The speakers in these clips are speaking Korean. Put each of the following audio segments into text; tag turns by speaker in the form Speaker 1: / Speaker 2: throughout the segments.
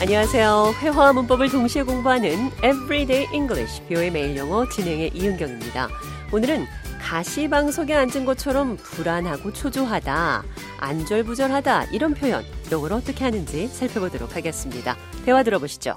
Speaker 1: 안녕하세요. 회화와 문법을 동시에 공부하는 Everyday English, 뷰의 매일 영어 진행의 이은경입니다. 오늘은 가시방석에 앉은 것처럼 불안하고 초조하다, 안절부절하다 이런 표현 영어로 어떻게 하는지 살펴보도록 하겠습니다. 대화 들어보시죠.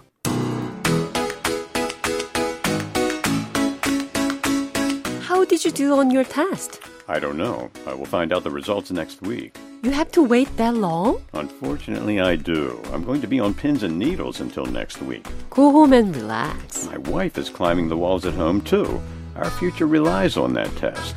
Speaker 1: How did you do on your test?
Speaker 2: I don't know. I will find out the results next week.
Speaker 1: You have to wait that long?
Speaker 2: Unfortunately, I do. I'm going to be on pins and needles until next week.
Speaker 1: Go home and relax.
Speaker 2: My wife is climbing the walls at home, too. Our future relies on that test.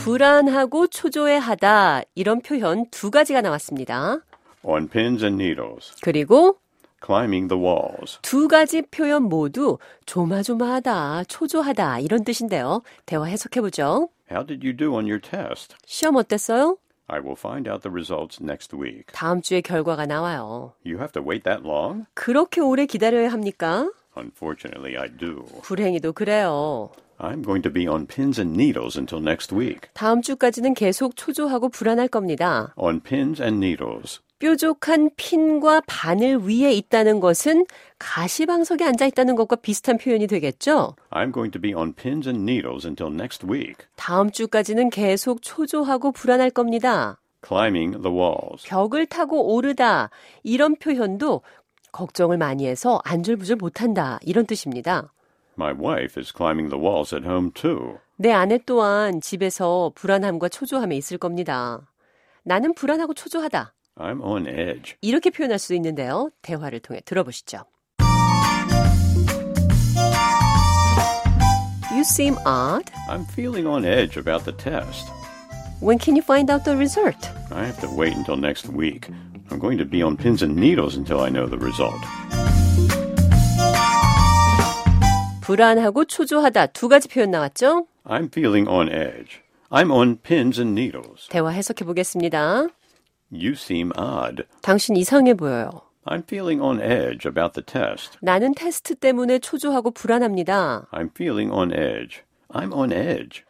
Speaker 1: 불안하고 초조해하다 이런 표현 두 가지가 나왔습니다.
Speaker 2: On pins and needles,
Speaker 1: 그리고
Speaker 2: climbing the walls.
Speaker 1: 두 가지 표현 모두 조마조마하다, 초조하다 이런 뜻인데요. 대화 해석해 보죠.
Speaker 2: How did you do on your test?
Speaker 1: 시험 어땠어요?
Speaker 2: I will find out the results next week.
Speaker 1: 다음 주에 결과가 나와요.
Speaker 2: You have to wait that long?
Speaker 1: 그렇게 오래 기다려야 합니까?
Speaker 2: Unfortunately, I do.
Speaker 1: 불행히도 그래요.
Speaker 2: I'm going to be on pins and needles until next week.
Speaker 1: 다음 주까지는 계속 초조하고 불안할 겁니다.
Speaker 2: On pins and needles.
Speaker 1: 뾰족한 핀과 바늘 위에 있다는 것은 가시방석에 앉아 있다는 것과 비슷한 표현이 되겠죠?
Speaker 2: I'm going to be on pins and needles until next week.
Speaker 1: 다음 주까지는 계속 초조하고 불안할 겁니다.
Speaker 2: climbing the walls.
Speaker 1: 벽을 타고 오르다. 이런 표현도 걱정을 많이 해서 안절부절 못한다. 이런 뜻입니다.
Speaker 2: My wife is climbing the walls at home too.
Speaker 1: 내 아내 또한 집에서 불안함과 초조함에 있을 겁니다. 나는 불안하고 초조하다.
Speaker 2: I'm on edge.
Speaker 1: 이렇게 표현할 수 있는데요. 대화를 통해 들어보시죠. You seem odd.
Speaker 2: I'm feeling on edge about the test.
Speaker 1: When can you find out the result?
Speaker 2: I have to wait until next week. I'm going to be on pins and needles until I know the result.
Speaker 1: 불안하고 초조하다 두 가지 표현 나왔죠?
Speaker 2: I'm feeling on edge. I'm on pins and needles.
Speaker 1: 대화 해석해 보겠습니다.
Speaker 2: You seem odd.
Speaker 1: 당신 이상해 보여요.
Speaker 2: I'm feeling on edge about the test.
Speaker 1: 나는 테스트 때문에 초조하고 불안합니다.
Speaker 2: I'm feeling on edge. I'm on edge.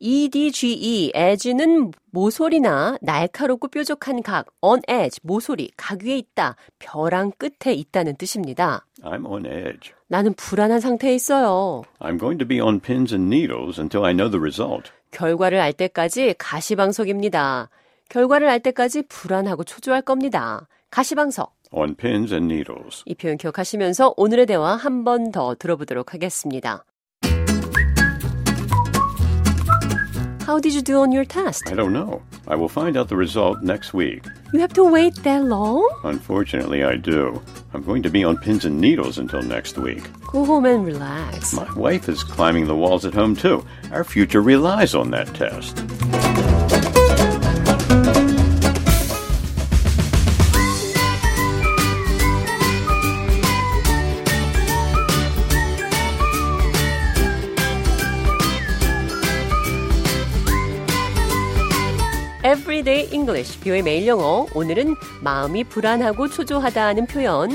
Speaker 1: E EDGE, edge는 모서리나 날카롭고 뾰족한 각, on edge, 모서리, 각 위에 있다, 벼랑 끝에 있다는 뜻입니다.
Speaker 2: I'm on edge.
Speaker 1: 나는 불안한 상태에 있어요.
Speaker 2: I'm going to be on pins and needles until I know the result.
Speaker 1: 결과를 알 때까지 가시방석입니다. 결과를 알 때까지 불안하고 초조할 겁니다. 가시방석.
Speaker 2: On pins and needles.
Speaker 1: 이 표현 기억하시면서 오늘의 대화 한 번 더 들어보도록 하겠습니다. How did you do on your test?
Speaker 2: I don't know. I will find out the result next week.
Speaker 1: You have to wait that long?
Speaker 2: Unfortunately, I do. I'm going to be on pins and needles until next week.
Speaker 1: Go home and relax.
Speaker 2: My wife is climbing the walls at home, too. Our future relies on that test.
Speaker 1: Everyday English, 뷰의 매일 영어. 오늘은 마음이 불안하고 초조하다는 표현,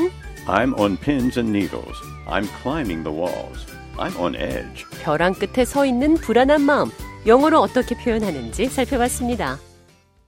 Speaker 2: I'm on pins and needles. I'm climbing the walls. I'm on edge.
Speaker 1: 벼랑 끝에 서 있는 불안한 마음, 영어로 어떻게 표현하는지 살펴봤습니다.